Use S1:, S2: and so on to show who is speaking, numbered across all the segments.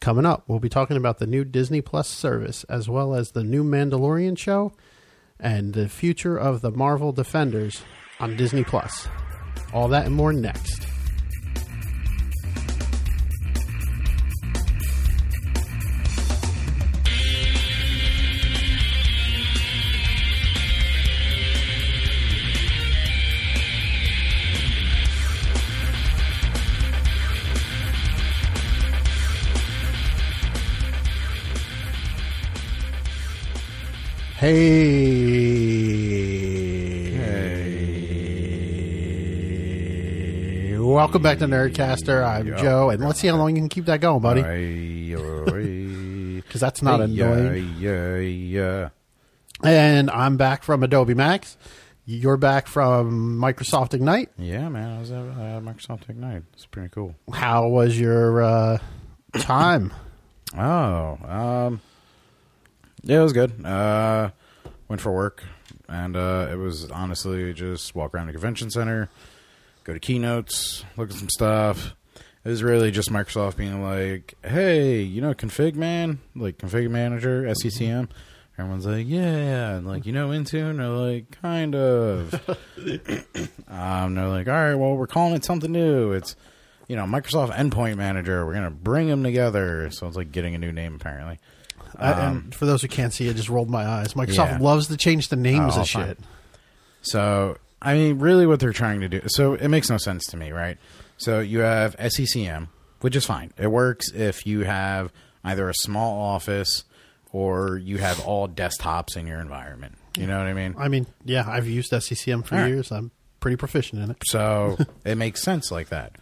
S1: Coming up, we'll be talking about the new Disney Plus service, as well as the new Mandalorian show and the future of the Marvel Defenders on Disney Plus. All that and more next. Hey. Welcome back to Nerdcaster. I'm Joe, and let's see how long you can keep that going, buddy.
S2: Because
S1: that's not annoying. uh, And I'm back from Adobe Max. You're back from Microsoft Ignite.
S2: Yeah, man. I was at uh, Microsoft Ignite. It's pretty cool.
S1: How was your uh, time?
S2: Oh, um, yeah, it was good. Uh, went for work, and uh, it was honestly just walk around the convention center, go to keynotes, look at some stuff. It was really just Microsoft being like, "Hey, you know, config man, like config manager, SCCM." Everyone's like, "Yeah," and like, "You know, Intune?" They're like, "Kind of." um, they're like, "All right, well, we're calling it something new. It's, you know, Microsoft Endpoint Manager. We're gonna bring them together." So it's like getting a new name, apparently.
S1: I, Uh, and for those who can't see, I just rolled my eyes. Microsoft
S2: Yeah.
S1: loves to change the names
S2: Oh,
S1: of
S2: fine.
S1: shit.
S2: So, I mean, really what they're trying to do. So, it makes no sense to me, right? So, you have SECM, which is fine. It works if you have either a small office or you have all desktops in your environment. You know what I mean?
S1: I mean, yeah, I've used SCCM for
S2: All right.
S1: years. I'm pretty proficient in it.
S2: So, it makes sense like that.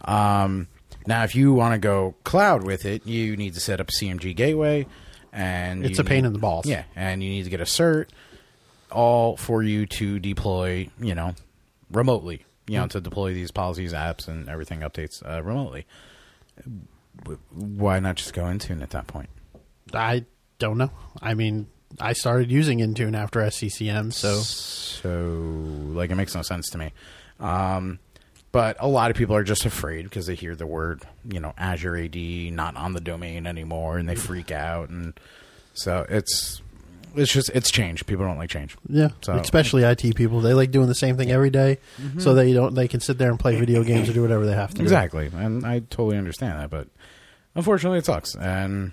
S2: Um, now, if you want to go cloud with it, you need to set up a CMG gateway. And
S1: It's
S2: you
S1: a pain
S2: need-
S1: in the balls.
S2: Yeah, and you need to get a cert, all for you to deploy, you know, remotely. You
S1: Mm.
S2: know, to deploy these policies, apps, and everything updates uh, remotely. W- Why not just go Intune at that point?
S1: I don't know. I mean, I started using Intune after SCCM, so
S2: So, like, it makes no sense to me. Um, but a lot of people are just afraid because they hear the word, you know, Azure AD not on the domain anymore, and they freak out, and so it's it's just it's change. People don't like change.
S1: yeah,
S2: So- Mm-hmm.
S1: especially IT people, they like doing the same thing every day, so they don't they can sit there and play video games or do whatever they have to. do.
S2: Exactly, and I totally understand that, but unfortunately, it sucks. And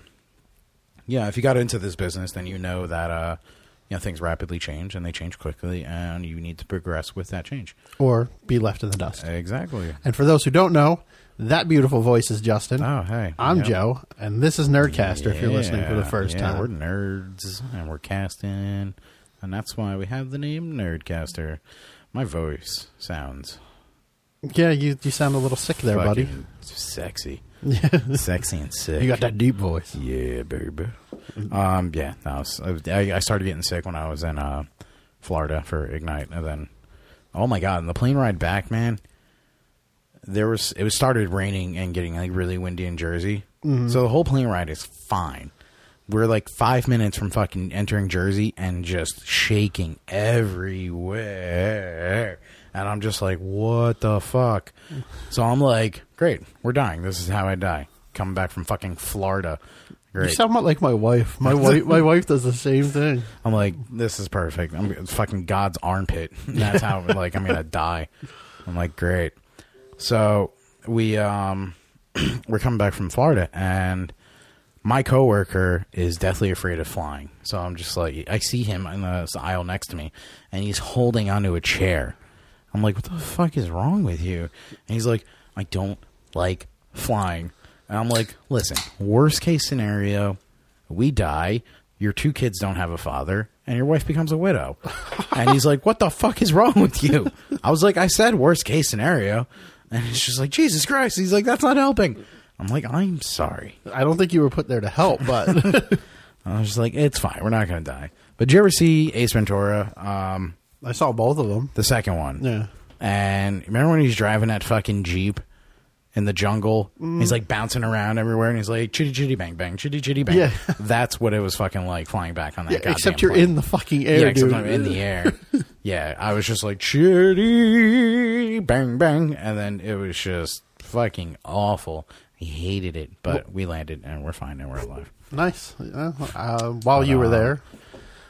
S2: yeah, if you got into this business, then you know that uh, you know things rapidly change and they change quickly, and you need to progress with that change.
S1: or be left in the dust.
S2: Eh. Exactly.
S1: And for those who don't know, that beautiful voice is Justin.
S2: Oh, hey,
S1: I'm
S2: Yep.
S1: Joe, and this is Nerdcaster. if you're listening for the
S2: Yeah,
S1: first
S2: yeah,
S1: time,
S2: we're nerds and we're casting, and that's why we have the name Nerdcaster. My voice sounds
S1: yeah, you you sound a little sick there, buddy.
S2: fucking sexy, sexy and sick.
S1: You got that deep voice.
S2: Yeah, baby. Um, yeah, no, I, was- I, I started getting sick when I was in uh, Florida for Ignite, and then, oh my god, and the plane ride back, man. There was it was started raining and getting like really windy in Jersey, so the whole plane ride is fine. We're like five minutes from fucking entering Jersey and just shaking everywhere. And I'm just like, what the fuck? So I'm like, great, we're dying. This is how I die. Coming back from fucking Florida. Great.
S1: You sound like my wife. My wife, my wife does the same thing.
S2: I'm like, this is perfect. I'm it's fucking God's armpit. That's how like I'm gonna die. I'm like, great. So we um we're coming back from Florida and my coworker is deathly afraid of flying. So I'm just like I see him in the aisle next to me and he's holding onto a chair. I'm like, what the fuck is wrong with you? And he's like, I don't like flying. And I'm like, listen, worst case scenario, we die, your two kids don't have a father, and your wife becomes a widow. and he's like, what the fuck is wrong with you? I was like, I said worst case scenario. And he's just like, Jesus Christ. He's like, that's not helping. I'm like, I'm sorry.
S1: I don't think you were put there to help, but
S2: I was just like, it's fine. We're not going to die. But did you ever see Ace Ventura? Um,
S1: I saw both of them.
S2: the second one.
S1: Yeah.
S2: And remember when he's driving that fucking Jeep in the jungle?
S1: Mm.
S2: He's like bouncing around everywhere and he's like chitty chitty bang bang, chitty chitty bang.
S1: Yeah.
S2: That's what it was fucking like flying back on that goddamn
S1: except you're
S2: plane.
S1: in the fucking air,
S2: yeah, except
S1: dude.
S2: I'm in the air. yeah, I was just like chitty bang bang, and then it was just fucking awful. He hated it, but we landed and we're fine and we're alive.
S1: Nice. Uh, uh, while you were there,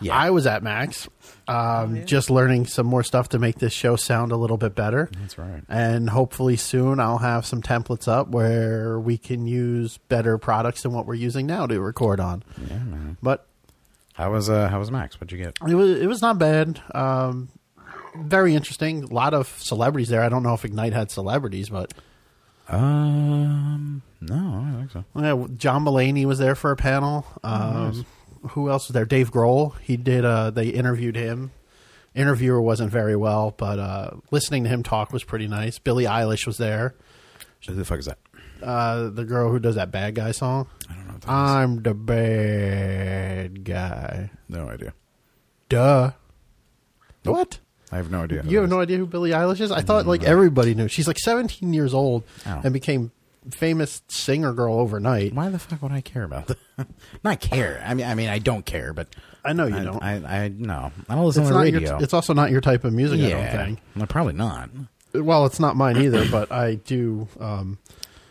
S2: Yeah.
S1: I was at Max, um, just learning some more stuff to make this show sound a little bit better.
S2: That's right.
S1: And hopefully soon I'll have some templates up where we can use better products than what we're using now to record on.
S2: Yeah, man.
S1: But
S2: How was uh how was Max? What'd you get?
S1: it was it was not bad. Um, very interesting. A lot of celebrities there. I don't know if Ignite had celebrities, but
S2: Um no, I don't think so.
S1: Yeah, John Mulaney was there for a panel. Um, Who else was there? Dave Grohl. He did. Uh, they interviewed him. Interviewer wasn't very well, but uh, listening to him talk was pretty nice. Billie Eilish was there.
S2: Who the fuck is that?
S1: Uh, the girl who does that bad guy song.
S2: I don't know what that is.
S1: I'm the bad guy.
S2: No idea.
S1: Duh. What?
S2: I have no idea. who
S1: You
S2: that
S1: have
S2: is.
S1: no idea who Billie Eilish is? I thought like everybody knew. She's like 17 years old
S2: Oh.
S1: and became famous singer girl overnight.
S2: Why the fuck would I care about that? Not care. I mean, I mean, I don't care, but
S1: I know Oh, you
S2: I,
S1: don't.
S2: I, I no. I don't listen
S1: it's,
S2: to the
S1: not
S2: radio.
S1: your, it's also not your type of music, I
S2: yeah,
S1: don't think.
S2: Well, probably not.
S1: Well, it's not mine either, but I do um,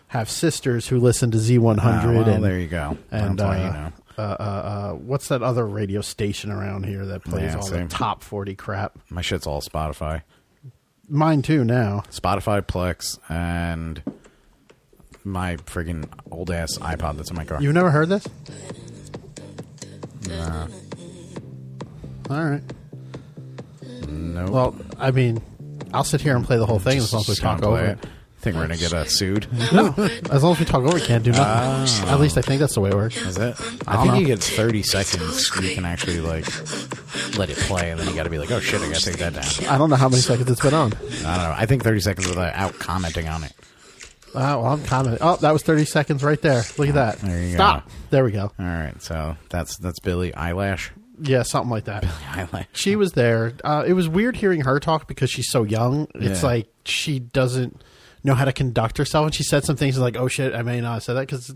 S1: have sisters who listen to Z100
S2: Ah, well,
S1: and,
S2: there you go.
S1: and
S2: That's why you
S1: uh,
S2: know.
S1: uh, uh, uh, what's that other radio station around here that plays
S2: Yeah,
S1: all
S2: same.
S1: the top 40 crap?
S2: My shit's all Spotify.
S1: Mine too now.
S2: Spotify, Plex, and my friggin' old ass iPod that's in my car.
S1: You've never heard this? All right.
S2: no,
S1: Well, I mean, I'll sit here and play the whole thing as long as we talk over it.
S2: Think we're gonna get uh, sued?
S1: No, as long as we talk over, it, can't do nothing. At least I think that's the way it works.
S2: Is it? I, think you get 30 seconds. You can actually like let it play, and then you got to be like, "Oh shit, I gotta take that down."
S1: I don't know how many seconds it's been on.
S2: I don't know. I think 30 seconds without commenting on it.
S1: Uh, well, I'm commenting. Oh, that was 30 seconds right there. Look at that.
S2: There you
S1: Stop.
S2: go.
S1: There we go.
S2: All right, so that's that's Billy Eyelash.
S1: Yeah, something like that.
S2: Eyelash.
S1: She was there. Uh, it was weird hearing her talk because she's so young. It's
S2: Yeah.
S1: like she doesn't know how to conduct herself. And she said some things like, oh shit, I may not have said that because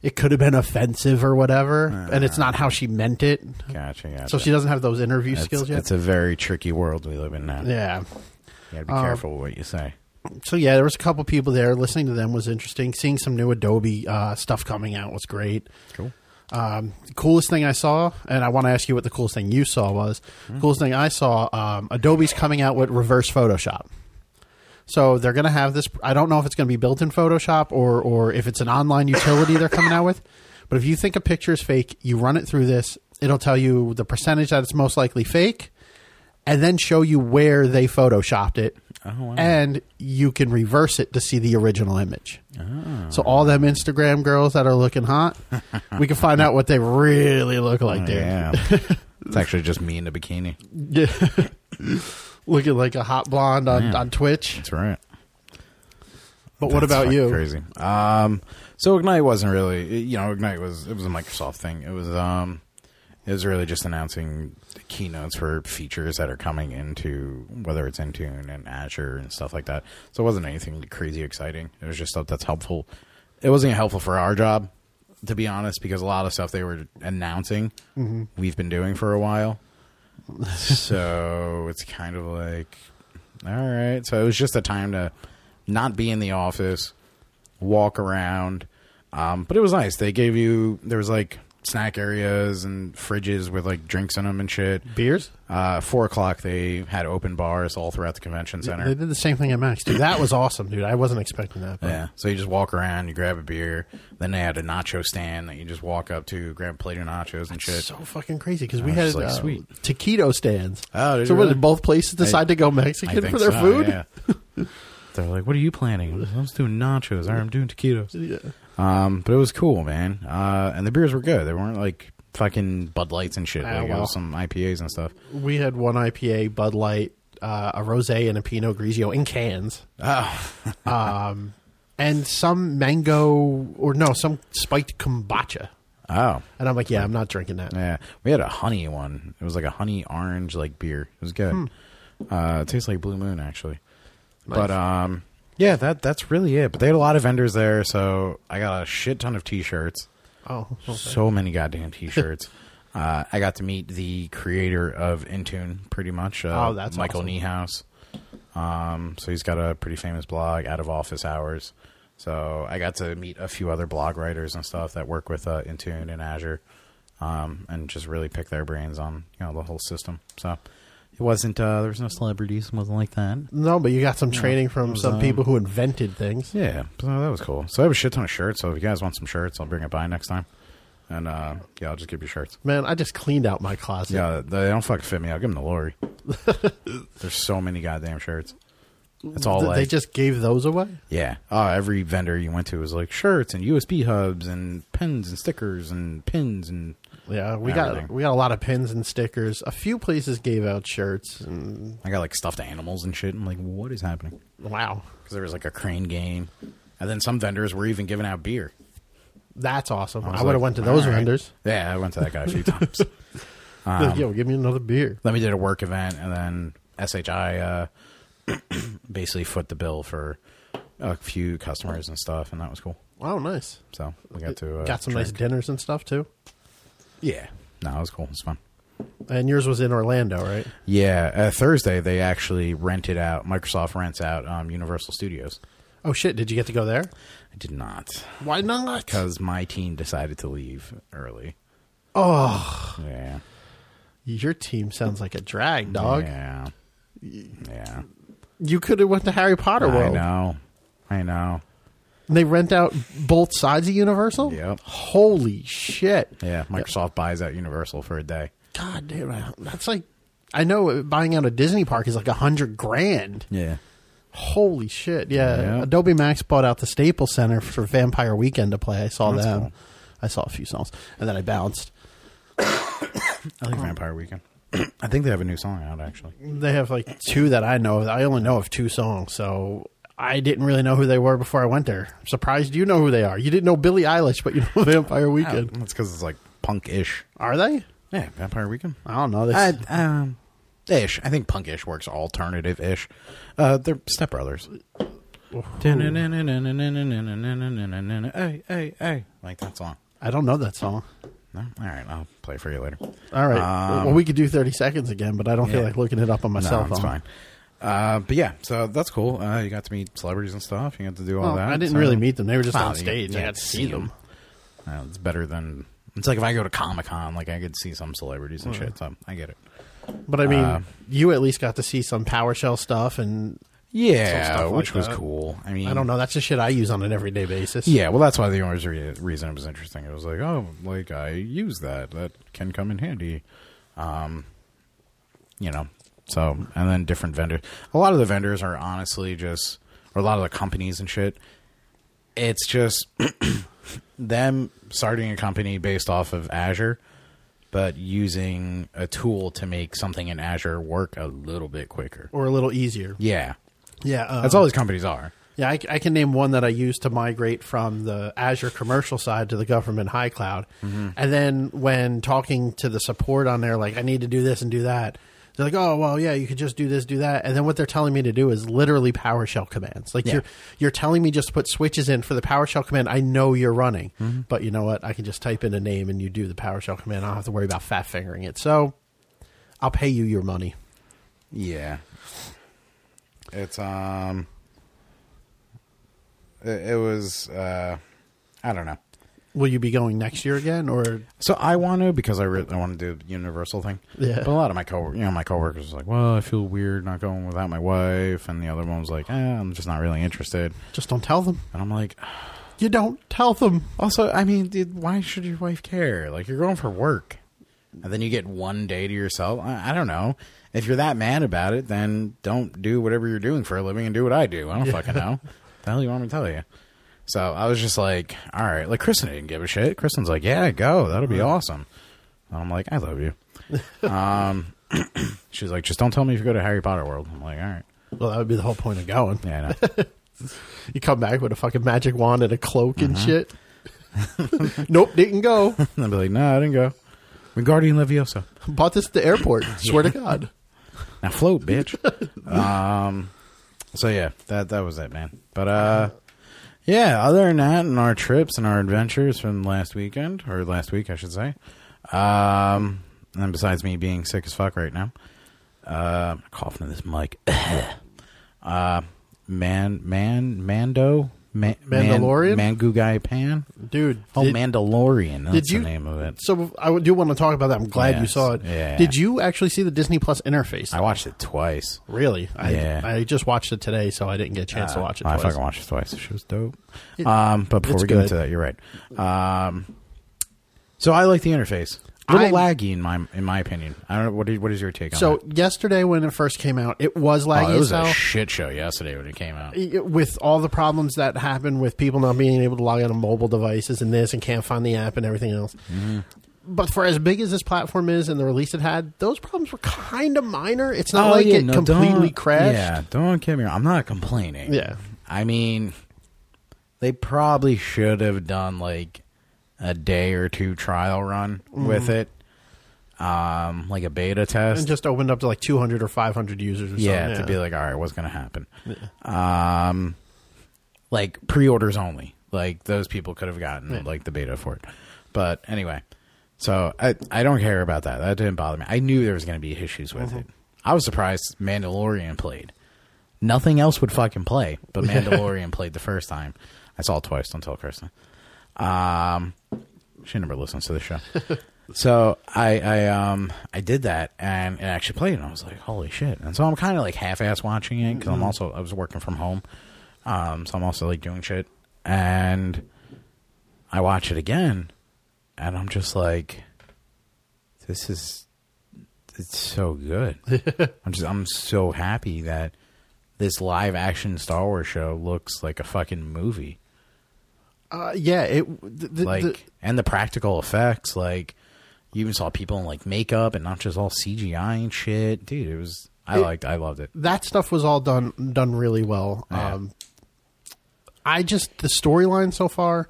S1: it could have been offensive or whatever. and it's not how she meant it.
S2: Gotcha. gotcha.
S1: So she doesn't have those interview
S2: It's-
S1: skills yet.
S2: It's a very tricky world we live in now.
S1: yeah. Um,
S2: You gotta be careful with what you say.
S1: So yeah, there was a couple people there. Listening to them was interesting. Seeing some new Adobe uh, stuff coming out was great.
S2: Cool.
S1: Um, the coolest thing I saw, and I want to ask you what the coolest thing you saw was. The coolest thing I saw, um, Adobe's coming out with reverse Photoshop. So they're going to have this. I don't know if it's going to be built in Photoshop or or if it's an online utility they're coming out with. But if you think a picture is fake, you run it through this. It'll tell you the percentage that it's most likely fake, and then show you where they photoshopped it.
S2: Oh, Hmm.
S1: And you can reverse it to see the original image.
S2: Ah.
S1: So all them Instagram girls that are looking hot, we can find out what they really look
S2: Oh,
S1: like there.
S2: Yeah. it's actually just me in a bikini.
S1: Yeah. looking like a hot blonde on, on Twitch.
S2: That's right.
S1: But what
S2: That's
S1: about
S2: fucking
S1: you?
S2: Crazy. Um, so Ignite wasn't really, you know, Ignite was it was a Microsoft thing. It was um, it was really just announcing the keynotes for features that are coming into whether it's Intune and Azure and stuff like that. So it wasn't anything crazy exciting. It was just stuff that's helpful. It wasn't helpful for our job, to be honest, because a lot of stuff they were announcing
S1: Mm-hmm.
S2: we've been doing for a while. so it's kind of like all right so it was just a time to not be in the office walk around um, but it was nice they gave you there was like snack areas and fridges with like drinks in them and shit
S1: Beers?
S2: uh, four o'clock they had open bars all throughout the convention center
S1: They did the same thing at Max, dude. That was awesome, dude. I wasn't expecting that. But
S2: Yeah. So you just walk around, you grab a beer. Then they had a nacho stand that you just walk up to, grab a plate of nachos and shit.
S1: it's so fucking crazy because we
S2: I
S1: had
S2: was just like,
S1: uh,
S2: sweet.
S1: taquito stands.
S2: Oh, did
S1: so
S2: you
S1: what,
S2: really?
S1: did both places decide to go
S2: I
S1: Mexican
S2: think
S1: for their
S2: so,
S1: food?
S2: yeah. They're like, "What are you planning?" I'm just- I'm just doing nachos. Or I'm doing taquitos.
S1: Yeah.
S2: Um, but it was cool, man. Uh, and the beers were good. They weren't like fucking Bud Lights and shit.
S1: Ah,
S2: like, it
S1: well.
S2: was some IPAs and stuff.
S1: We had one IPA, Bud Light, uh, a rosé, and a Pinot Grigio in cans.
S2: Oh,
S1: Um, and some mango or no, some spiked kombucha.
S2: oh,
S1: And I'm like, yeah, I'm not drinking that.
S2: yeah. We had a honey one. It was like a honey orange like beer. It was good. Uh, it tastes like Blue Moon actually. But um, yeah, that that's really it. But they had a lot of vendors there, so I got a shit ton of t-shirts.
S1: Oh, okay.
S2: So many goddamn t-shirts. uh, I got to meet the creator of Intune, pretty much. Uh,
S1: Oh, that's
S2: Michael
S1: awesome.
S2: Niehaus. Um, so he's got a pretty famous blog, Out of Office Hours. So I got to meet a few other blog writers and stuff that work with uh, Intune and Azure, um, and just really pick their brains on you know the whole system. So it wasn't uh, there was no celebrities, wasn't like that.
S1: No, but you got some training from
S2: was,
S1: some
S2: um,
S1: people who invented things.
S2: Yeah, so that was cool. So I have a shit ton of shirts. So if you guys want some shirts, I'll bring it by next time. And uh, yeah, I'll just give you shirts.
S1: Man, I just cleaned out my closet.
S2: Yeah, they don't fucking fit me. I'll give them to Lori. There's so many goddamn shirts. It's all
S1: Th-
S2: like
S1: they just gave those away.
S2: yeah. Oh, every vendor you went to was like shirts and USB hubs and pens and stickers and pins and
S1: Yeah, we
S2: Everything.
S1: got we got a lot of pins and stickers. A few places gave out shirts. And,
S2: I got like stuffed animals and shit. I'm like, what is happening?
S1: wow,
S2: Because there was like a crane game, and then some vendors were even giving out beer.
S1: that's awesome. I,
S2: was
S1: would have
S2: like,
S1: went to those
S2: all right.
S1: vendors.
S2: Yeah, I went to that guy a few times.
S1: Like,
S2: Um,
S1: Yo, give me another beer.
S2: then we did a work event, and then SHI uh, basically foot the bill for a few customers and stuff, and that was cool.
S1: Oh, nice.
S2: So we got to uh,
S1: got some nice
S2: drink.
S1: dinners and stuff too.
S2: Yeah, no, it was cool. It was fun.
S1: And yours was in Orlando, right?
S2: Yeah, uh, Thursday they actually rented out. Microsoft rents out um, Universal Studios.
S1: Oh shit! Did you get to go there?
S2: I did not
S1: Why not?
S2: because my team decided to leave early. Oh, yeah,
S1: Your team sounds like a drag, dog.
S2: yeah, yeah.
S1: You could have went to Harry Potter
S2: I
S1: World.
S2: know, I know.
S1: And They rent out both sides of Universal.
S2: Yep.
S1: Holy shit!
S2: Yeah, Microsoft buys out Universal for a day.
S1: God damn it! That's like, I know buying out a Disney park is like a hundred grand.
S2: Yeah,
S1: Holy shit! Yeah.
S2: Yeah.
S1: Adobe Max bought out the Staples Center for Vampire Weekend to play. I saw
S2: That's
S1: them.
S2: cool.
S1: I saw a few songs, and then I bounced.
S2: I like Vampire Weekend. I think they have a new song out actually.
S1: They have like two that I know. of. I only know of two songs, so I didn't really know who they were before I went there. I'm surprised you know who they are. You didn't know Billie Eilish, but you know Vampire Weekend.
S2: That's because it's like punk-ish.
S1: Are they?
S2: Yeah, Vampire Weekend.
S1: I don't know. They,
S2: I, um, ish. I think punk-ish works alternative-ish. Uh, they're Step Brothers. Hey, hey, hey! Like that song.
S1: I don't know that song.
S2: No? All right, I'll play for you later.
S1: All right.
S2: Um,
S1: well, we could do 30 seconds again, but I don't feel
S2: yeah.
S1: like looking it up on my
S2: No,
S1: cell
S2: it's
S1: phone.
S2: fine. Uh, but yeah, so that's cool. Uh, you got to meet celebrities and stuff. You got to do all
S1: Well,
S2: that.
S1: I didn't
S2: so-
S1: really meet them. They were just
S2: Wow,
S1: on
S2: you
S1: stage. I
S2: can't
S1: got to see them.
S2: Uh, it's better than. It's like if I go to Comic Con, like I could see some celebrities
S1: Hmm.
S2: and shit. So I get it.
S1: But I mean,
S2: Uh,
S1: you at least got to see some PowerShell stuff, and Some
S2: Yeah,
S1: stuff like
S2: which was
S1: that.
S2: cool. I mean,
S1: I don't know. That's the shit I use on an everyday basis.
S2: Yeah, well, that's why the only re- reason it was interesting. It was like, oh, like I use that. That can come in handy. Um, you know, so and then different vendors. A lot of the vendors are honestly just, or a lot of the companies and shit. It's just them starting a company based off of Azure, but using a tool to make something in Azure work a little bit quicker.
S1: Or a little easier.
S2: Yeah,
S1: Yeah. Uh,
S2: that's all these companies are.
S1: Yeah, I, I can name one that I use to migrate from the Azure commercial side to the government high cloud. And then when talking to the support on there, like, I need to do this and do that, they're like, oh, well, yeah, you could just do this, do that. And then what they're telling me to do is literally PowerShell commands. Like,
S2: Yeah.
S1: you're, you're telling me just to put switches in for the PowerShell command I know you're running. But you know what? I can just type in a name and you do the PowerShell command. I don't have to worry about fat fingering it. So I'll pay you your money.
S2: Yeah. It's um it, it was uh I don't know.
S1: Will you be going next year again? Or
S2: So I want to because I really I want to do the universal thing.
S1: Yeah.
S2: But a lot of my co you know my coworkers was like, well, I feel weird not going without my wife, and the other one was like, eh, I'm just not really interested.
S1: just don't tell them?
S2: And I'm like,
S1: You don't tell them.
S2: also, I mean, dude, why should your wife care? Like you're going for work, and then you get one day to yourself. I, I don't know. If you're that mad about it, then don't do whatever you're doing for a living and do what I do. I don't fucking know. the hell you want me to tell you? So I was just like, all right. Like Kristen didn't give a shit. Kristen's like, yeah, go. That'll be awesome. And I'm like, I love you. um, she's like, just don't tell me if you go to Harry Potter World. I'm like, all right.
S1: Well, that would be the whole point of going.
S2: Yeah, I know.
S1: You come back with a fucking magic wand and a cloak and
S2: Uh-huh.
S1: shit. nope, didn't go.
S2: and I'll be like, no, I didn't go. We're Guardian Leviosa.
S1: Bought this at the airport. Swear to God.
S2: Now float, bitch. um, so yeah, that that was it, man. But uh, yeah. Other than that, and our trips and our adventures from last weekend or last week, I should say. Um, and besides me being sick as fuck right now, uh, coughing in this mic. uh, man, man, Mando, Ma-
S1: Mandalorian?
S2: Man- Mangugai Pan.
S1: dude.
S2: Oh,
S1: did-
S2: Mandalorian. That's
S1: did you-
S2: the name of it.
S1: So I do want to talk about that. I'm glad you
S2: Yes.
S1: saw it.
S2: Yeah.
S1: Did you actually see the Disney Plus interface?
S2: I watched it twice.
S1: really? I,
S2: Yeah. Uh,
S1: I just watched it today, so I didn't get a chance to watch it.
S2: I
S1: Twice.
S2: fucking watched it twice. She was dope. um, but before
S1: it's
S2: we get
S1: good.
S2: into that, you're right. Um, so I like the interface. A little
S1: I'm-
S2: laggy in my in my opinion. I don't know what is, what is your take on
S1: So
S2: it?
S1: yesterday, when it first came out, it was laggy
S2: Oh, it was
S1: as hell.
S2: a shit show yesterday when it came out.
S1: It- with all the problems that happen with people not being able to log on to mobile devices and this and can't find the app and everything else.
S2: Mm-hmm.
S1: But for as big as this platform is and the release it had, those problems were kind of minor. It's not
S2: Oh,
S1: like
S2: yeah,
S1: it
S2: no,
S1: completely
S2: don't-
S1: crashed.
S2: Yeah, don't get me wrong. I'm not complaining.
S1: Yeah.
S2: I mean, they probably should have done like a day or two trial run with
S1: Mm-hmm.
S2: it, um, like a beta test.
S1: And just opened up to like 200 or 500 users or
S2: yeah,
S1: something.
S2: to be like, all right, what's going to happen? Um, like pre-orders only. Like those people could have gotten like the beta for it. But anyway, so I I don't care about that. That didn't bother me. I knew there was going to be issues
S1: Mm-hmm.
S2: with it. I was surprised Mandalorian played. Nothing else would fucking play, but Mandalorian played the first time. I saw it twice. Don't tell Kirsten. Um, she never listens to the show. so I, I, um, I did that and it actually played, and I was like, holy shit! And so I'm kind of like half-ass watching it because I'm also I was working from home, um, so I'm also like doing shit, and I watch it again, and I'm just like, this is it's so good. I'm just I'm so happy that this live action Star Wars show looks like a fucking movie
S1: Uh, yeah, it the, the,
S2: like
S1: the-
S2: and the practical effects like you even saw people in like makeup and not just all cgi and shit dude it was i
S1: It-
S2: liked i loved it
S1: that stuff was all done done really well.
S2: Yeah.
S1: Um, I just the storyline so far,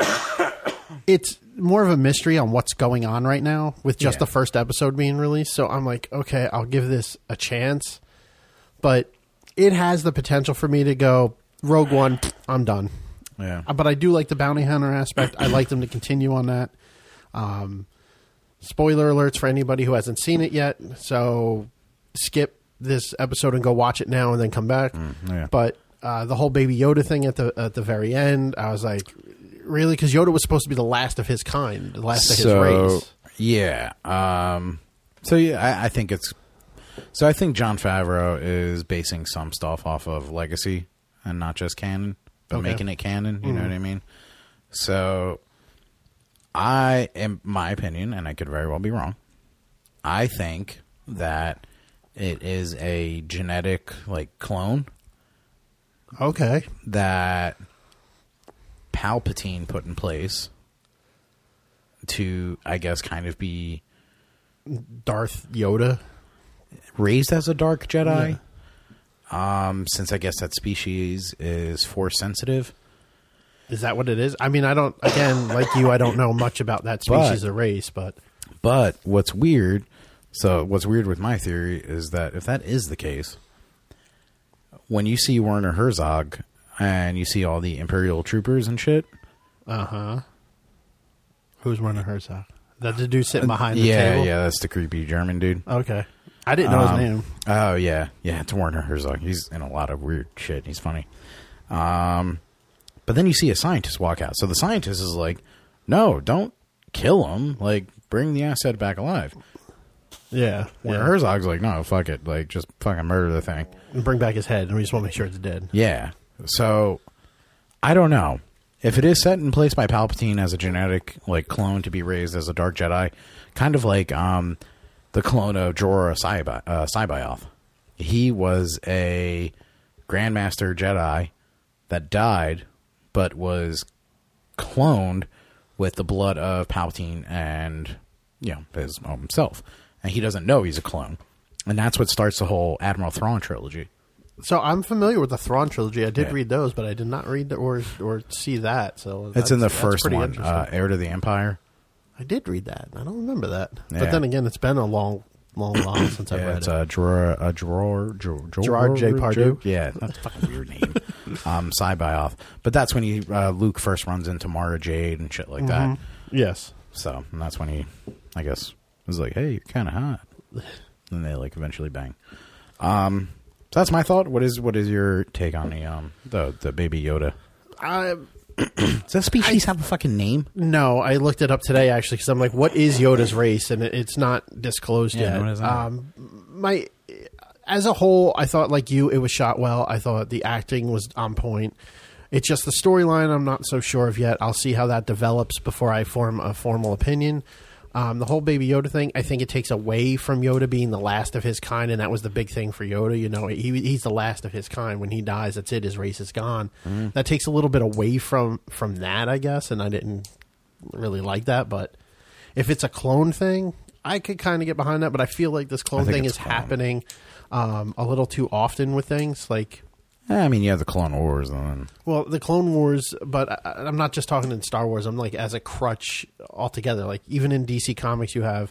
S1: it's more of a mystery on what's going on right now with just
S2: Yeah.
S1: the first episode being released. So I'm like, okay, I'll give this a chance, but it has the potential for me to go Rogue One. I'm done.
S2: yeah
S1: Uh, But I do like the bounty hunter aspect. I like them to continue on that. Um, spoiler alerts for anybody who hasn't seen it yet. So skip this episode and go watch it now, and then come back.
S2: Mm-hmm. yeah.
S1: But uh, the whole Baby Yoda thing at the at the very end, I was like, really, because Yoda was supposed to be the last of his kind, the last of his race.
S2: yeah um so yeah I, I think it's so i think john favreau is basing some stuff off of legacy and not just canon but
S1: Okay. Mm.
S2: making it canon you know what i mean so i am my opinion and i could very well be wrong I think that it is a genetic like clone
S1: Okay,
S2: that Palpatine put in place to I guess kind of be
S1: Darth Yoda.
S2: raised as a dark Jedi. Um since I guess that species is force sensitive.
S1: Is that what it is? I mean, I don't. Again, like you, I don't know much about that species
S2: But-
S1: or race, but
S2: But what's weird, so what's weird with my theory is that if that is the case, when you see Werner Herzog and you see all the Imperial troopers and shit,
S1: Uh huh. Who's running Herzog? That the dude sitting behind the
S2: yeah,
S1: table.
S2: yeah, that's the creepy German dude.
S1: Okay. I didn't know
S2: Um,
S1: his name.
S2: Oh yeah, yeah, it's Werner Herzog. He's in a lot of weird shit. He's funny. Um, but then you see a scientist walk out. So the scientist is like, "No, don't kill him. Like, bring the asset back alive."
S1: Yeah.
S2: Werner
S1: yeah.
S2: Herzog's like, "No, fuck it. Like, just fucking murder the thing."
S1: Bring back his head, and we just want to make sure it's dead.
S2: Yeah. So I don't know. If it is set in place by Palpatine as a genetic like clone to be raised as a dark Jedi, kind of like um the clone of Jorah Cybi- uh, Cybioth. He was a grandmaster Jedi that died but was cloned with the blood of Palpatine and you know his own self. And he doesn't know he's a clone. And that's what starts the whole Admiral Thrawn trilogy.
S1: So I'm familiar with the Thrawn trilogy. I did
S2: Yeah.
S1: read those, but I did not read the, or or see that. So
S2: It's in the
S1: that's- that's
S2: first
S1: pretty
S2: one,
S1: interesting.
S2: uh, Heir to the Empire.
S1: I did read that. I don't remember that.
S2: Yeah.
S1: But then again, it's been a long, long, long since I've
S2: Yeah,
S1: read
S2: it's
S1: it.
S2: uh, Gerard, uh, Gerard, Gerard,
S1: Gerard J. Pardue.
S2: Yeah, that's a fucking weird name. Um, side by off, but that's when he uh, Luke first runs into Mara Jade and shit like that.
S1: Mm-hmm. yes.
S2: So and that's when he, I guess, was like, "Hey, you're kind of hot." And they like eventually bang. Um, so that's my thought. What is what is your take on the um the the baby Yoda?
S1: I,
S2: Does that species have a fucking name?
S1: no, I looked it up today actually because I'm like, what is Yoda's race? And it, it's not disclosed
S2: Yeah,
S1: yet.
S2: what is that?
S1: um, my as a whole, I thought like you, it was shot well. I thought the acting was on point. It's just the storyline I'm not so sure of yet. I'll see how that develops before I form a formal opinion. Um, the whole Baby Yoda thing, I think it takes away from Yoda being the last of his kind, and that was the big thing for Yoda. You know, he, he's the last of his kind. When he dies, that's it. His race is gone. That takes a little bit away from from that, I guess. And I didn't really like that, but if it's a clone thing, I could kind of get behind that. But I feel like this clone
S2: think
S1: thing
S2: it's
S1: is
S2: clone.
S1: happening um, a little too often with things like.
S2: Eh, I mean, you have the Clone Wars, and then
S1: Well, the Clone Wars, but I, I'm not just talking in Star Wars. I'm like as a crutch altogether. Like even in DC Comics, you have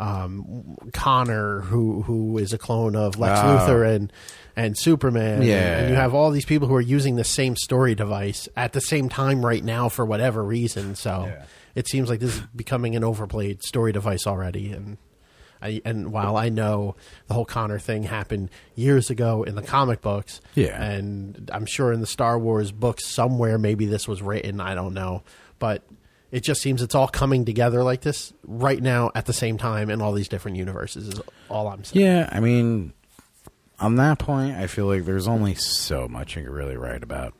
S1: um, Connor, who who is a clone of Lex
S2: Oh.
S1: Luthor and and Superman.
S2: Yeah.
S1: and, you have all these people who are using the same story device at the same time right now for whatever reason. So
S2: Yeah.
S1: it seems like this is becoming an overplayed story device already, and. I, and while I know the whole Connor thing happened years ago in the comic books,
S2: Yeah.
S1: and I'm sure in the Star Wars books somewhere maybe this was written. I don't know, but it just seems it's all coming together like this right now at the same time in all these different universes. Is all I'm saying.
S2: yeah, I mean, on that point, I feel like there's only so much you can really write about.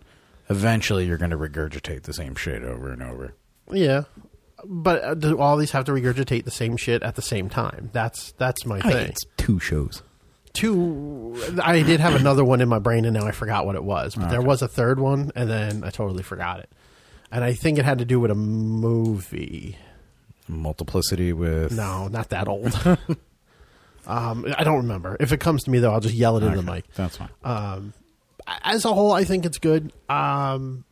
S2: Eventually, you're going to regurgitate the same shit over and over.
S1: Yeah, but uh, do all these have to regurgitate the same shit at the same time? That's that's my
S2: Hey,
S1: thing.
S2: it's two shows.
S1: Two, Oh, I did have another one in my brain, and now I forgot what it was. But there was a third one, and then I totally forgot it. And I think it had to do with a movie.
S2: Multiplicity with
S1: No, not that old. um, I don't remember. If it comes to me though, I'll just yell it into the mic.
S2: That's fine.
S1: As a whole, I think it's good. Um,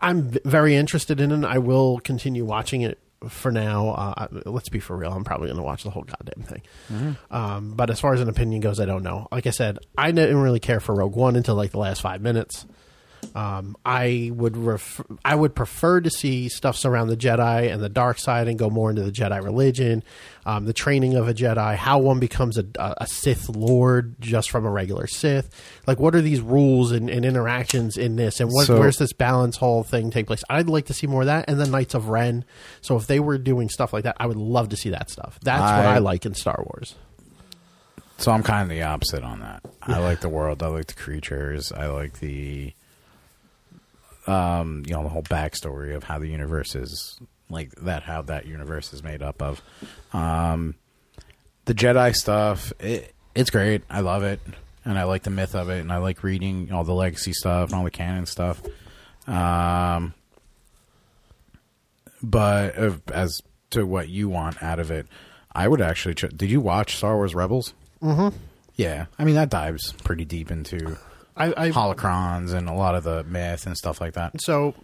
S1: I'm v- very interested in it. I will continue watching it for now. Uh, I- let's be for real. I'm probably going to watch the whole goddamn thing. Um, but as far as an opinion goes, I don't know. Like I said, I didn't really care for Rogue One until like the last five minutes. Um, I would ref- I would prefer to see stuff surround the Jedi and the dark side and go more into the Jedi religion, um, the training of a Jedi, how one becomes a, a Sith Lord just from a regular Sith. Like, what are these rules and, and interactions in this, and what,
S2: So-
S1: where's this balance hall thing take place? I'd like to see more of that, and the Knights of Ren. So if they were doing stuff like that, I would love to see that stuff. That's what
S2: I-
S1: I like in Star Wars.
S2: So I'm kind of the opposite on that. I like the world. I like the creatures. I like the, um, you know, the whole backstory of how the universe is like that. How that universe is made up of, um, the Jedi stuff. It it's great. I love it, and I like the myth of it, and I like reading all the legacy stuff and all the canon stuff. Um, but uh, as to what you want out of it, I would actually. Ch- Did you watch Star Wars Rebels? Mm-hmm. Yeah, I mean that dives pretty deep into
S1: I, I
S2: holocrons and a lot of the myth and stuff like that.
S1: so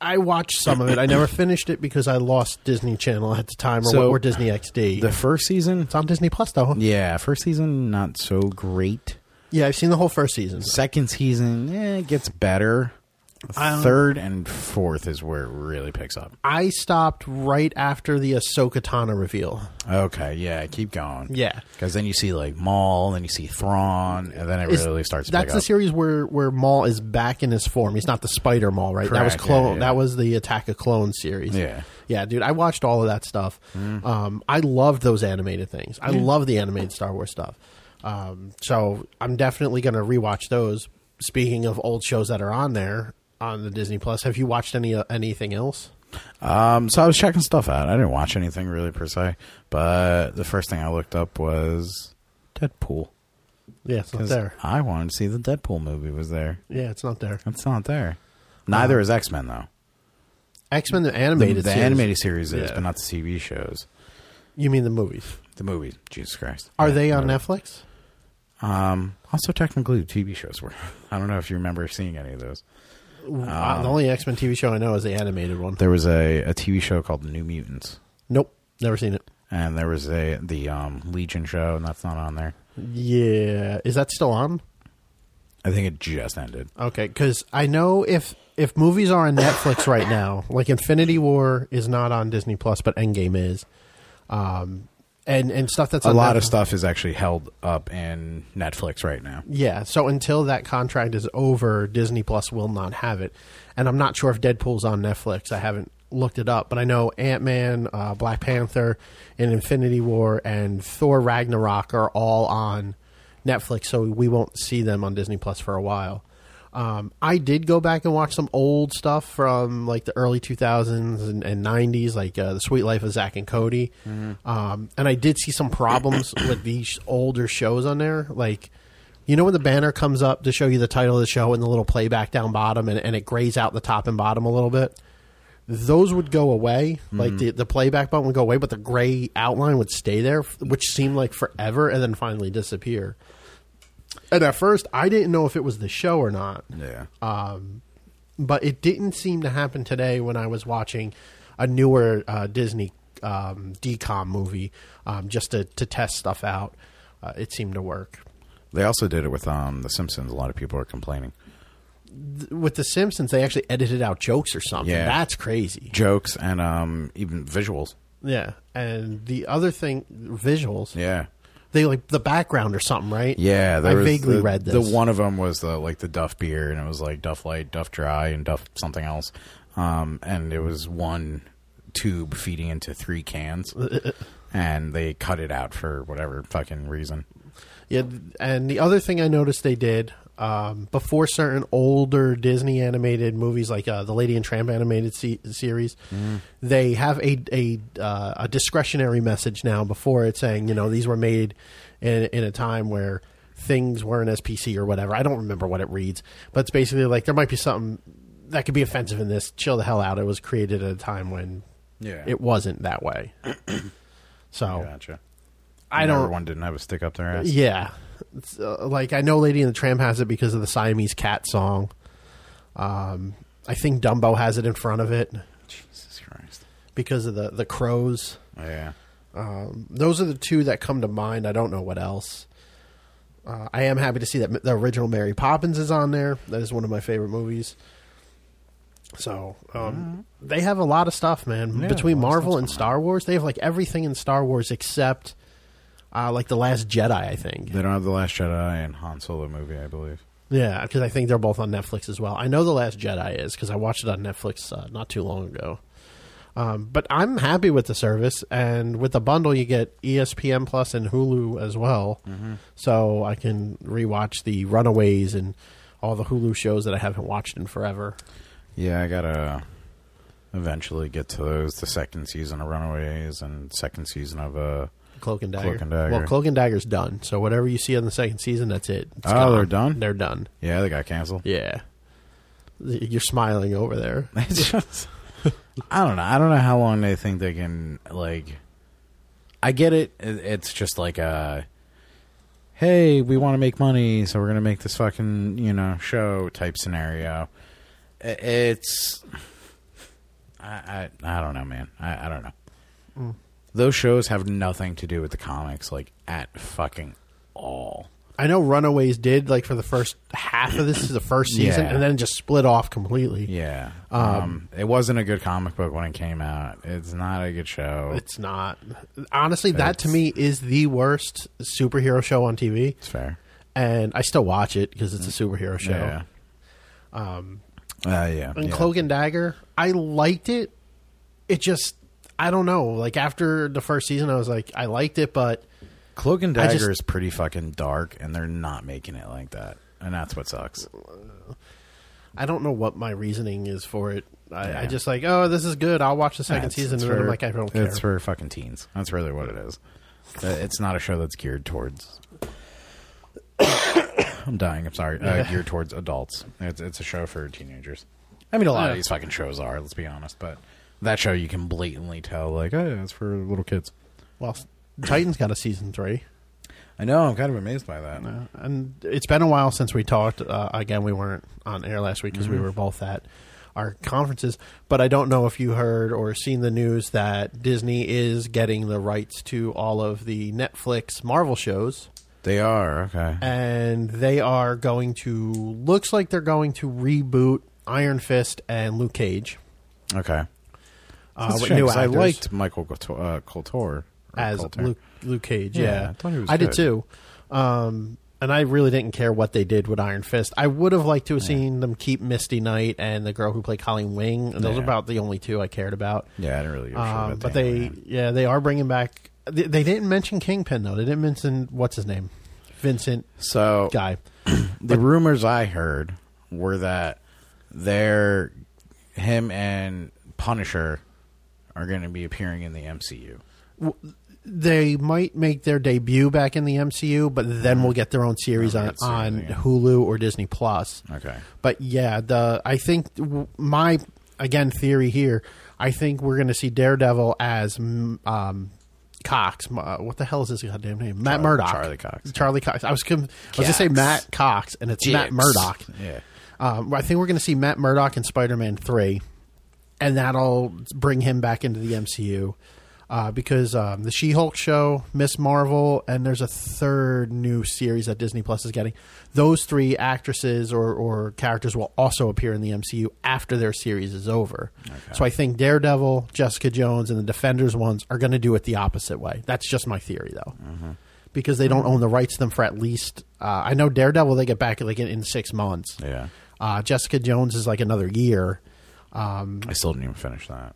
S1: I watched some of it. I never finished it because I lost Disney Channel at the time, or,
S2: So,
S1: or Disney XD.
S2: The first season,
S1: it's on Disney Plus though.
S2: yeah, first season not so great.
S1: Yeah, I've seen the whole first season.
S2: Second season, eh, it gets better.
S1: Um,
S2: Third and fourth is where it really picks up.
S1: I stopped right after the Ahsoka Tana reveal.
S2: Okay, yeah, keep going.
S1: Yeah.
S2: because then you see like Maul, then you see Thrawn, and then it
S1: Is-
S2: really starts. To
S1: that's
S2: pick
S1: the
S2: up.
S1: series where where Maul is back in his form. He's not the Spider Maul, right? that was
S2: Correct,
S1: clone.
S2: yeah, yeah.
S1: That was the Attack of Clone series.
S2: Yeah. Mm-hmm.
S1: yeah, dude. I watched all of that stuff. Um, I loved those animated things. I love the animated Star Wars stuff. Um, so I'm definitely gonna rewatch those. Speaking of old shows that are on there on the Disney Plus, have you watched any uh, anything else?
S2: Um, so I was checking stuff out. I didn't watch anything really per se, but the first thing I looked up was Deadpool.
S1: Yeah, it's not
S2: 'Cause
S1: there.
S2: I wanted to see the Deadpool movie was there.
S1: Yeah, it's not there.
S2: It's not there. Neither is X Men though.
S1: X Men Uh-huh. the
S2: The,
S1: animated
S2: the
S1: series.
S2: animated series is,
S1: Yeah.
S2: but not the TV shows.
S1: You mean the movies?
S2: The movies. Jesus Christ.
S1: Are
S2: Yeah,
S1: they on
S2: whatever.
S1: Netflix?
S2: Um, also technically the TV shows were. I don't know if you remember seeing any of those.
S1: Uh, the only X Men TV show I know is the animated one.
S2: There was a, a TV show called New Mutants,
S1: Nope, never seen it.
S2: and there was a the um, Legion show, and that's not on there.
S1: Yeah, is that still on?
S2: I think it just ended.
S1: Okay, because I know if if movies are on Netflix right now, like Infinity War is not on Disney Plus, but Endgame is. Um, and and stuff that's
S2: a
S1: on
S2: lot
S1: Netflix.
S2: of stuff is actually held up in Netflix right now.
S1: Yeah, so until that contract is over, Disney Plus will not have it. And I'm not sure if Deadpool's on Netflix. I haven't looked it up, but I know Ant Man, uh, Black Panther, and Infinity War and Thor Ragnarok are all on Netflix, so we won't see them on Disney Plus for a while. Um, I did go back and watch some old stuff from like the early 2000s and, and 90s, like uh, The Sweet Life of Zach and Cody. Um, and I did see some problems with these older shows on there. Like, you know when the banner comes up to show you the title of the show and the little playback down bottom and, and it grays out the top and bottom a little bit? Those would go away. Like the, the playback button would go away, but the gray outline would stay there, f- which seemed like forever and then finally disappear. And at first, I didn't know if it was the show or not
S2: Yeah.
S1: but it didn't seem to happen today when I was watching a newer uh, Disney um, DCOM movie um, just to, to test stuff out. Uh, it seemed to work.
S2: They also did it with um, The Simpsons. A lot of people are complaining.
S1: With The Simpsons, they actually edited out jokes or something.
S2: Yeah.
S1: That's crazy.
S2: Jokes and um, even visuals.
S1: Yeah. And the other thing, visuals,
S2: Yeah.
S1: they like the background or something, right?
S2: Yeah,
S1: I
S2: was
S1: vaguely
S2: the,
S1: read this.
S2: The one of them was the like the Duff beer, and it was like Duff Light, Duff Dry, and Duff something else. Um, and it was one tube feeding into three cans, and they cut it out for whatever fucking reason.
S1: Yeah, th- and the other thing I noticed they did um, before certain older Disney animated movies, like uh, the Lady and Tramp animated se- series,
S2: Mm-hmm.
S1: they have a a, uh, a discretionary message now. Before it's saying, you know, these were made in, in a time where things weren't as PC or whatever. I don't remember what it reads, but it's basically like there might be something that could be offensive in this. Chill the hell out. It was created at a time when
S2: Yeah,
S1: it wasn't that way. So
S2: gotcha.
S1: I
S2: And
S1: don't.
S2: Everyone didn't have a stick up their ass.
S1: Yeah. It's, uh, like I know Lady and the Tramp has it because of the Siamese cat song. Um, I think Dumbo has it in front of it
S2: Jesus Christ.
S1: because of the the crows. Um,
S2: Yeah.
S1: Those are the two that come to mind. I don't know what else. Uh, I am happy to see that the original Mary Poppins is on there. That is one of my favorite movies. So um, they have a lot of stuff, man.
S2: Mm-hmm. Yeah,
S1: Between
S2: a lot of
S1: Marvel
S2: stuff's
S1: and
S2: going on.
S1: Star Wars, they have like everything in Star Wars except uh, like the Last Jedi. I think.
S2: They don't have The Last Jedi and Han Solo movie, I believe.
S1: Yeah, because I think they're both on Netflix as well. I know The Last Jedi is because I watched it on Netflix uh, not too long ago. Um, but I'm happy with the service, and with the bundle, you get E ESPN Plus and Hulu as well.
S2: Mm-hmm.
S1: So I can rewatch the Runaways and all the Hulu shows that I haven't watched in forever.
S2: Yeah, I gotta eventually get to those. The second season of Runaways and second season of uh
S1: Cloak and Dagger.
S2: Cloak and Dagger.
S1: Well, Cloak and Dagger's done. So whatever you see on the second season, that's it. It's
S2: Oh, they're done?
S1: They're done.
S2: yeah, they got canceled.
S1: Yeah. You're smiling over there.
S2: It's just- I don't know. I don't know how long they think they can like. I get it. It- It's just like a, hey, we want to make money, so we're gonna make this fucking you know show type scenario. I- It's, I I, I don't know, man. I, I don't know. Those shows have nothing to do with the comics, like at fucking all.
S1: I know Runaways did like for the first half of this is the first season,
S2: Yeah.
S1: and then just split off completely.
S2: Yeah. Um, it wasn't a good comic book when it came out. It's not a good show. It's,
S1: It's not honestly that to me is the worst superhero show on TV,
S2: fair.
S1: and I still watch it because it's a superhero show.
S2: Mm. Yeah. Um. Uh, yeah.
S1: And
S2: yeah.
S1: Cloak and Dagger, I liked it. It just I don't know. Like after the first season, I was like I liked it, but
S2: Cloak and
S1: I
S2: Dagger
S1: just-
S2: is pretty fucking dark, and they're not making it like that, and that's what sucks.
S1: I don't know what my reasoning is for it. I, I
S2: Yeah.
S1: just like oh this is good. I'll watch the second
S2: That's-
S1: season,
S2: it's
S1: and
S2: for-
S1: I'm like I don't care.
S2: It's for fucking teens. That's really what it is. Uh, It's not a show that's geared towards. I'm dying. I'm sorry. Uh,
S1: Yeah.
S2: Geared towards adults. It's it's a show for teenagers. I mean, a lot
S1: Yeah.
S2: of these fucking shows are. Let's be honest, but that show you can blatantly tell, like, oh, yeah, it's for little kids.
S1: well, Titans got a season three.
S2: I know. I'm kind of amazed by that.
S1: and it's been a while since we talked. Uh, again, we weren't on air last week because
S2: Mm-hmm.
S1: we were both at our conferences. But I don't know if you heard or seen the news that Disney is getting the rights to all of the Netflix Marvel shows,
S2: They are okay.
S1: and they are going to looks like they're going to reboot Iron Fist and Luke Cage.
S2: Okay.
S1: Uh,
S2: That's a
S1: with
S2: shame,
S1: new
S2: 'cause I
S1: actors.
S2: liked Michael Couture. Uh, Couture. or
S1: as
S2: Coulter.
S1: Luke, Luke Cage.
S2: Yeah,
S1: Yeah,
S2: I thought he was
S1: did
S2: good.
S1: too. Um, and I really didn't care what they did with Iron Fist. I would have liked to have seen them keep Misty Knight and the girl who played Colleen Wing. Those
S2: Yeah.
S1: are about the only two I cared about.
S2: Yeah, I didn't really. Give a shit
S1: Um,
S2: about
S1: but
S2: the
S1: they,
S2: Iron
S1: yeah, they are bringing back. They, they didn't mention Kingpin though. They didn't mention what's his name, Vincent
S2: Man. so
S1: guy.
S2: the rumors I heard were that they're him and Punisher are going to be appearing in the MCU.
S1: They might make their debut back in the MCU, but then we'll get their own series
S2: Okay,
S1: on,
S2: it's
S1: on
S2: Mm-hmm. series, yeah.
S1: Hulu or Disney Plus.
S2: Okay.
S1: But yeah, the I think w- my again theory here. I think we're going to see Daredevil as mm, um, Cox. M- uh, What the hell is his goddamn name? Matt
S2: Charlie-
S1: Murdock.
S2: Charlie Cox.
S1: Charlie Cox. I was com- I was going to say
S2: Cox.
S1: Matt Cox, and it's Matt
S2: Jigs.
S1: Murdock.
S2: Yeah.
S1: Um, I think we're going to see Matt Murdock in Spider Man 3, and that'll bring him back into the MCU. Uh, because um, the She Hulk show, Miss Marvel, and there's a third new series that Disney Plus is getting. Those three actresses or, or characters will also appear in the MCU after their series is over. So I think Daredevil, Jessica Jones, and the Defenders ones are going to do it the opposite way. That's just my theory, though because they don't own the rights to them for at least. Uh, I know Daredevil they get back like in, in six months.
S2: Yeah.
S1: Uh, Jessica Jones is like another year.
S2: I still didn't even finish that.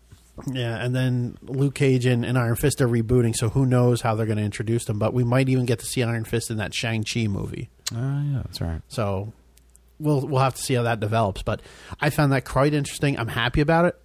S1: Yeah, and then Luke Cage and, and Iron Fist are rebooting, so who knows how they're going to introduce them? But we might even get to see Iron Fist in that Shang Chi movie.
S2: Oh, yeah, that's right.
S1: So we'll we'll have to see how that develops. But I found that quite interesting. I'm happy about it.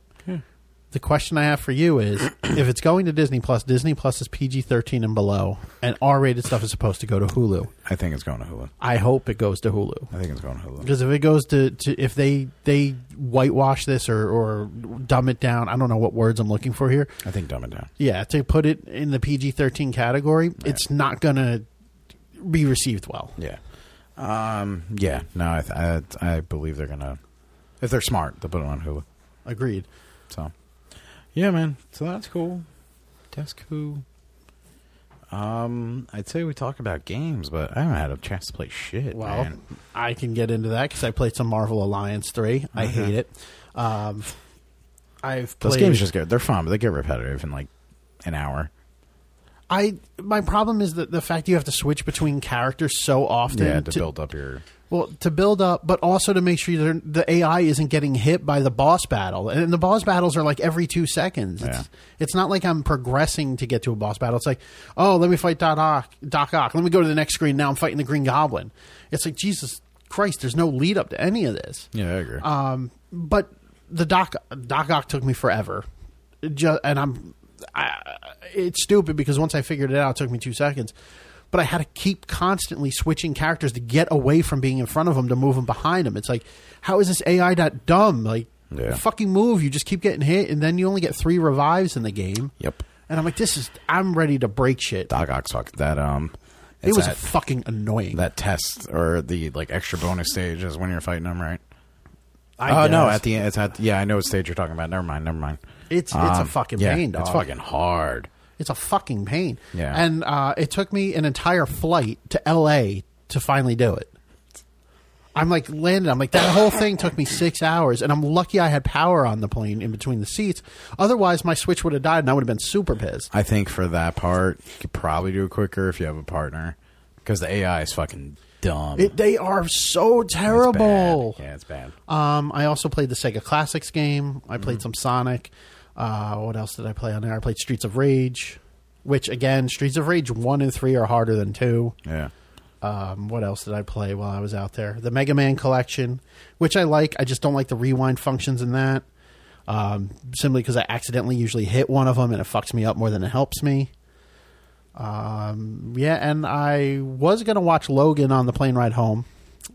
S1: The question I have for you is: If it's going to Disney Plus, Disney Plus is PG-13 and below, and R-rated stuff is supposed to go to Hulu.
S2: I think it's going to Hulu.
S1: I hope it goes to Hulu.
S2: I think it's going to Hulu.
S1: Because if it goes to, to if they they whitewash this or, or dumb it down, I don't know what words I'm looking for here.
S2: I think Dumb and Down.
S1: Yeah, to put it in the PG-13 category, it's not gonna be received well.
S2: Yeah. Um. Yeah. No. I th- I, I believe they're gonna if they're smart they'll put it on Hulu.
S1: Agreed.
S2: So. Yeah, man. So that's cool. That's cool. Um, I'd say we talk about games, but I haven't had a chance to play shit.
S1: Well,
S2: man.
S1: I can get into that because I played some Marvel Alliance three. I
S2: Mhm.
S1: hate it. Um, I've played
S2: those games just get they're fun, but they get repetitive in like an hour.
S1: I my problem is that the fact you have to switch between characters so often
S2: yeah, to, build up your
S1: Well, to build up, but also to make sure they're- the AI isn't getting hit by the boss battle. And the boss battles are like every two seconds. It's, it's not like I'm progressing to get to a boss battle. It's like, oh, let me fight Doc Ock. Doc Ock. Let me go to the next screen. Now I'm fighting the Green Goblin. It's like, Jesus Christ, there's no lead up to any of this.
S2: yeah. I agree.
S1: Um, but the Doc, Doc Ock took me forever. It ju- and I'm. I, it's stupid because once I figured it out, it took me two seconds. But I had to keep constantly switching characters to get away from being in front of them to move them behind them. It's like, how is this AI that dumb? Like,
S2: Yeah.
S1: fucking move. You just keep getting hit, and then you only get three revives in the game.
S2: yep.
S1: And I'm like, this is. I'm ready to break shit.
S2: Doc Ock's fuck that. Um,
S1: It
S2: it's
S1: was
S2: that,
S1: fucking annoying.
S2: that test or the like extra bonus stage is when you're fighting them, right?
S1: I
S2: oh no,
S1: guess.
S2: at the end, it's at yeah. I know what stage you're talking about. Never mind, never mind.
S1: It's- it's a fucking
S2: Um, yeah,
S1: pain,
S2: It's
S1: dog.
S2: fucking hard.
S1: It's a fucking pain.
S2: Yeah.
S1: And uh, it took me an entire flight to LA to finally do it. I'm like landed. I'm like that whole thing took me six hours, and I'm lucky I had power on the plane in between the seats. Otherwise, my switch would have died, and I would have been super pissed.
S2: I think for that part, you could probably do it quicker if you have a partner, because the AI is fucking dumb.
S1: It, they are so terrible.
S2: It's bad. Yeah, it's bad.
S1: Um, I also played the Sega Classics game. I played some Sonic. Uh, what else did I play on there? I played Streets of Rage, which again, Streets of Rage one and three are harder than two.
S2: Yeah,
S1: um, what else did I play while I was out there? The Mega Man collection, which I like. I just don't like the rewind functions in that, um, simply because I accidentally usually hit one of them and it fucks me up more than it helps me. Um, yeah, and I was gonna watch Logan on the plane ride home,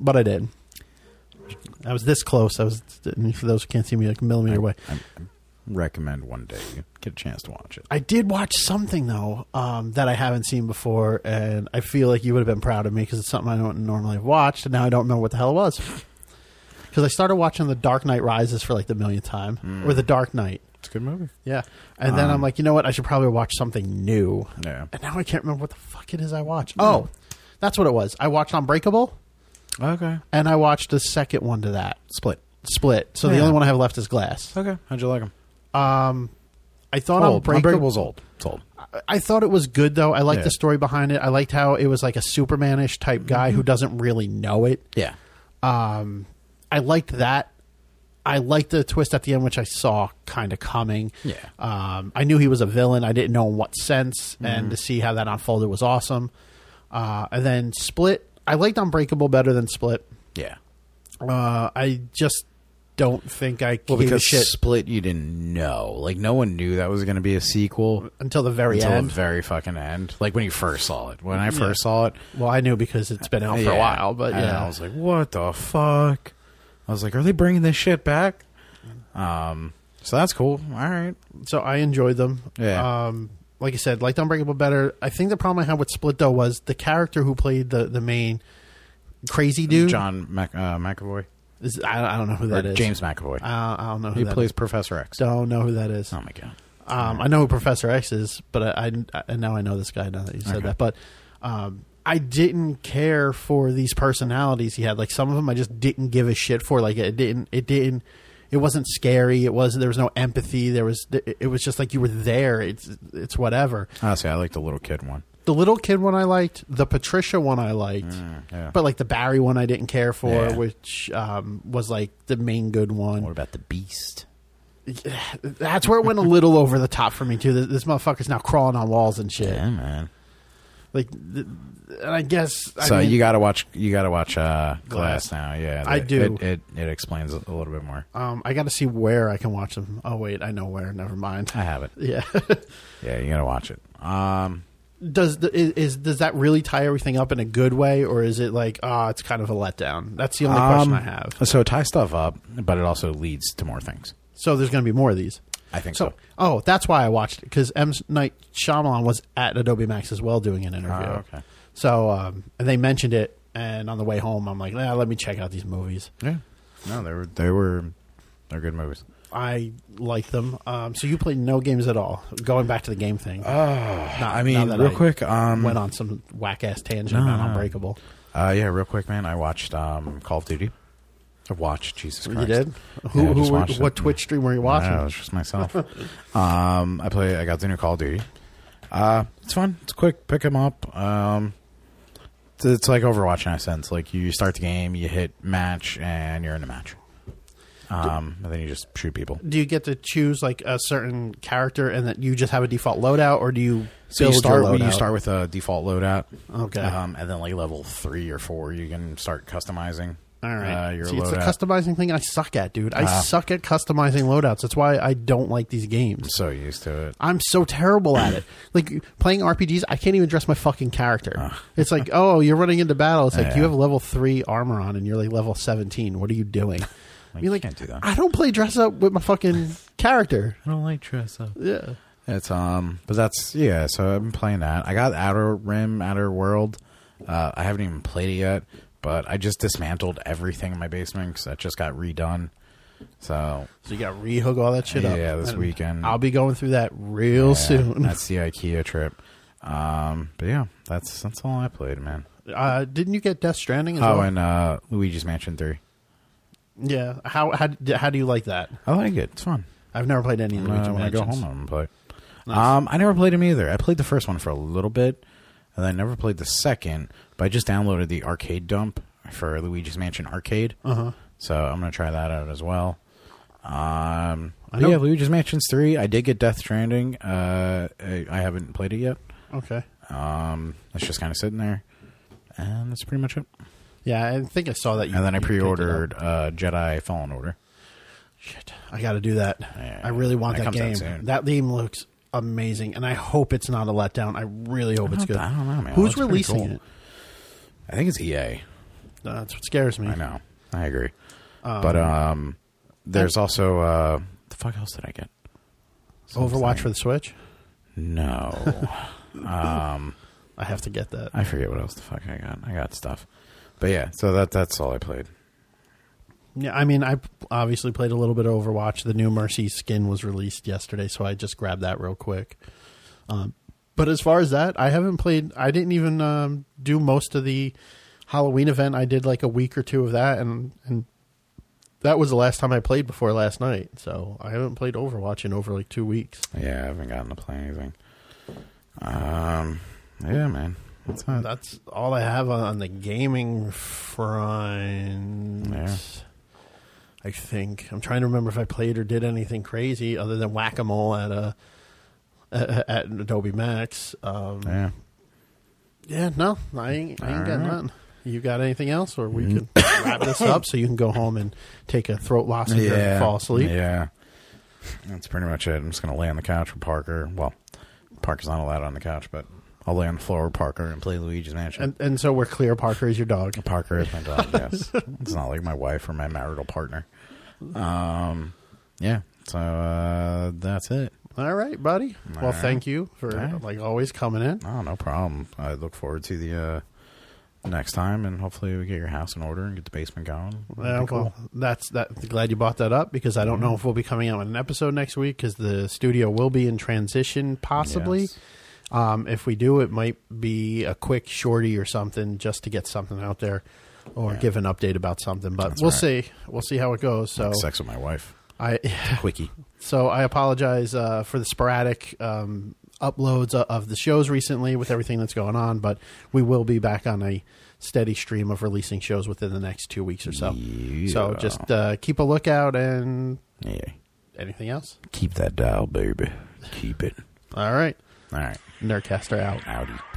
S1: but I did. I was this close. I was for those who can't see me like a millimeter away.
S2: recommend one day you get a chance to watch it.
S1: I did watch something though um, that I haven't seen before, and I feel like you would have been proud of me because it's something I don't normally have watched, and now I don't remember what the hell it was. Because I started watching The Dark Knight Rises for like the millionth time, or The Dark Knight.
S2: It's a good movie.
S1: Yeah, and then I'm like, you know what? I should probably watch something new.
S2: Yeah.
S1: And now I can't remember what the fuck it is I watched. Oh, that's what it was. I watched Unbreakable,
S2: Okay.
S1: and I watched the second one to that
S2: Split.
S1: Split. So the
S2: Yeah.
S1: only one I have left is Glass.
S2: Okay. How'd you like them?
S1: Um, I thought
S2: Old.
S1: Unbreakable-
S2: Unbreakable's old. It's old.
S1: I thought it was good though. I liked
S2: Yeah.
S1: the story behind it. I liked how it was like a Supermanish type guy
S2: Mm-hmm.
S1: who doesn't really know it.
S2: Yeah.
S1: Um, I liked that. I liked the twist at the end, which I saw kind of coming.
S2: Yeah.
S1: Um, I knew he was a villain. I didn't know in what sense,
S2: Mm-hmm.
S1: and to see how that unfolded was awesome. Uh, and then Split. I liked Unbreakable better than Split.
S2: Yeah.
S1: Uh, I just don't think I
S2: Well,
S1: gave a
S2: because
S1: shit
S2: Split, you didn't know. Like, no one knew that was going to be a sequel
S1: until the very
S2: until
S1: end.
S2: the very fucking end. Like, when you first saw it. When I first saw it,
S1: well, I knew because it's been out for a
S2: Yeah.
S1: while, but
S2: And
S1: yeah,
S2: I was like, what the fuck? I was like, are they bringing this shit back? Um, so that's cool. All right.
S1: so I enjoyed them.
S2: Yeah.
S1: Um, like I said, liked Unbreakable better. I think the problem I had with Split though was the character who played the the main crazy dude.
S2: John Mac- uh, McAvoy.
S1: Is, I, I don't know who that
S2: Or
S1: is. Uh,
S2: James McAvoy.
S1: I, I don't know who
S2: he
S1: that
S2: plays Professor X.
S1: is. Don't know who that is.
S2: Oh, my God.
S1: Um, I know who Professor X is, but I, I and now I know this guy now that you said
S2: Okay.
S1: that. But um, I didn't care for these personalities he had. Like some of them, I just didn't give a shit for. Like it didn't, it didn't, it wasn't scary. It was there was no empathy. There was it was just like you were there. It's it's whatever.
S2: Honestly, Ah, I like the little kid one.
S1: The little kid one I liked. The Patricia one I liked.
S2: yeah.
S1: But like the Barry one I didn't care for,
S2: Mm. Yeah.
S1: which um, was like the main good one.
S2: What about the Beast?
S1: That's where it went a little over the top for me too. This, this motherfucker's now crawling on walls and shit.
S2: Yeah, man.
S1: Like, th- and I guess I
S2: so
S1: mean,
S2: you gotta watch. You gotta watch uh, Glass
S1: Glass.
S2: now. Yeah,
S1: I
S2: It-
S1: do.
S2: It, it it explains a little bit more.
S1: um, I got to see where I can watch them. Oh wait, I know where. Never mind.
S2: I have it.
S1: Yeah.
S2: Yeah, you gotta watch it. Um,
S1: does the, is, is does that really tie everything up in a good way, or is it like ah, it's kind of a letdown? That's the only question
S2: um,
S1: I have.
S2: So it ties stuff up, but it also leads to more things.
S1: So there's going to be more of these.
S2: I think so.
S1: So, oh, that's why I watched it because M Night Shyamalan was at Adobe Max as well doing an interview.
S2: Ah, okay.
S1: So, um, and they mentioned it, and on the way home, I'm like, "Nah, let me check out these movies.
S2: Yeah. No, they were they were they're good movies.
S1: I like them. Um, so you played no games at all. Going back to the game thing,
S2: Ah, I
S1: now
S2: mean,
S1: that
S2: real
S1: I
S2: quick. Um,
S1: went on some whack ass tangent about
S2: no.
S1: Unbreakable.
S2: uh, yeah, real quick, man. I watched um Call of Duty. I watched Jesus Christ.
S1: You did?
S2: Yeah, I
S1: Who?
S2: just
S1: who were,
S2: watched it.
S1: what Twitch stream were you watching?
S2: No, it was just myself. um, I play. I got the new Call of Duty. Uh, it's fun. It's quick. Pick them up. Um, it's, it's like Overwatch in a sense. Like you start the game, you hit match, and you're in a match. Um, and then you just shoot people.
S1: Do you get to choose like a certain character, and that you just have a default loadout, or do you
S2: So you
S1: build
S2: start.
S1: your loadout?
S2: You start with a default loadout.
S1: Okay.
S2: Um, and then like level three or four, you can start customizing.
S1: All right.
S2: Uh, your
S1: See,
S2: loadout. Uh-huh.
S1: it's the customizing thing I suck at, dude. I suck at customizing loadouts. That's why I don't like these games.
S2: so used to it.
S1: I'm so terrible at it. Like playing RPGs, I can't even dress my fucking character. It's like, oh, you're running into battle. It's like
S2: Uh. Yeah.
S1: you have level three armor on and you're like level seventeen. What are you doing? You're
S2: Like, you
S1: like,
S2: can't do that.
S1: I don't play dress up with my fucking character.
S2: I don't like dress up.
S1: Yeah.
S2: It's um, but that's yeah. So I've been playing that. I got Outer Rim, Outer World. Uh, I haven't even played it yet, but I just dismantled everything in my basement because that just got redone. So
S1: So you got to rehook all that shit up.
S2: Yeah, this
S1: And
S2: weekend.
S1: I'll be going through that real
S2: yeah,
S1: soon.
S2: that's the IKEA trip. Um, but yeah, that's that's all I played, man.
S1: Uh, didn't you get Death Stranding? As
S2: Oh,
S1: well?
S2: and uh, Luigi's Mansion Three.
S1: yeah. How how how do you like that?
S2: I like it. It's fun.
S1: I've never played any of Luigi
S2: Uh, when I go
S1: Mansions.
S2: home, I'm gonna play. Um, I never played them either. I played the first one for a little bit, and I never played the second. But I just downloaded the arcade dump for Luigi's Mansion Arcade,
S1: Uh-huh.
S2: so I'm gonna try that out as well. Um,
S1: I
S2: but
S1: know-
S2: yeah, Luigi's Mansion's three. I did get Death Stranding. Uh, I, I haven't played it yet.
S1: Okay.
S2: Um, it's just kind of sitting there, and that's pretty much it.
S1: Yeah, I think I saw that. You,
S2: And then I
S1: you picked it
S2: pre-ordered
S1: up.
S2: uh, Jedi Fallen Order.
S1: Shit, I got to do that.
S2: Yeah,
S1: I really want that
S2: that comes out
S1: game.
S2: soon.
S1: That game looks amazing, and I hope it's not a letdown. I really hope it's
S2: don't-
S1: good.
S2: I don't know, man. It looks
S1: Who's
S2: pretty
S1: releasing
S2: cool.
S1: it?
S2: I think it's E EA.
S1: That's what scares me.
S2: I know. I agree. but um, there's also uh, the fuck else did I get?
S1: Overwatch for the Switch.
S2: No,
S1: I have to get that.
S2: I forget what else the fuck I got. I got stuff, but yeah. So that that's all I played.
S1: Yeah, I mean, I obviously played a little bit of Overwatch. The new Mercy skin was released yesterday, so I just grabbed that real quick. Um, but as far as that, I haven't played. I didn't even um, do most of the Halloween event. I did like a week or two of that, and and that was the last time I played before last night. So I haven't played Overwatch in over like two weeks.
S2: Yeah, I haven't gotten to play anything. Um, yeah, man. That's not,
S1: That's all I have on, on the gaming front.
S2: Yeah.
S1: I think I'm trying to remember if I played or did anything crazy other than whack a mole at uh, a at, at Adobe Max. Um,
S2: yeah.
S1: Yeah, no, I ain't, I ain't got
S2: Alright.
S1: nothing. You got anything else, or
S2: Mm.
S1: we can wrap this up so you can go home and take a throat lozenge and fall asleep.
S2: Yeah. That's pretty much it. I'm just going to lay on the couch with Parker. Well, Parker's not allowed on the couch, but I'll lay on the floor with Parker and play Luigi's Mansion.
S1: And and so we're clear. Parker is your dog.
S2: Parker is my dog, yes. It's not like my wife or my marital partner. Um, yeah. So uh, that's it.
S1: All right, buddy. well,
S2: Alright.
S1: thank you for
S2: Alright.
S1: like always coming in.
S2: Oh, no problem. I look forward to the uh, next time, and hopefully we get your house in order and get the basement going. That'd
S1: Yeah,
S2: be cool. Mm-hmm.
S1: well, that's that. Glad you brought that up because I don't know if we'll be coming out with an episode next week because the studio will be in transition, possibly.
S2: Yes.
S1: Um, if we do, it might be a quick shorty or something just to get something out there or
S2: Yeah.
S1: give an update about something. But
S2: That's
S1: we'll
S2: right.
S1: see. We'll see how it goes. So
S2: Sex with my wife.
S1: I
S2: Quickie.
S1: so I apologize uh, for the sporadic um, uploads o- of the shows recently with everything that's going on, but we will be back on a steady stream of releasing shows within the next two weeks or so. So
S2: Yeah.
S1: just uh, keep a lookout and
S2: Yeah.
S1: anything else.
S2: Keep that dial, baby. Keep it.
S1: All right,
S2: All right.
S1: Nerdcaster out.
S2: Howdy.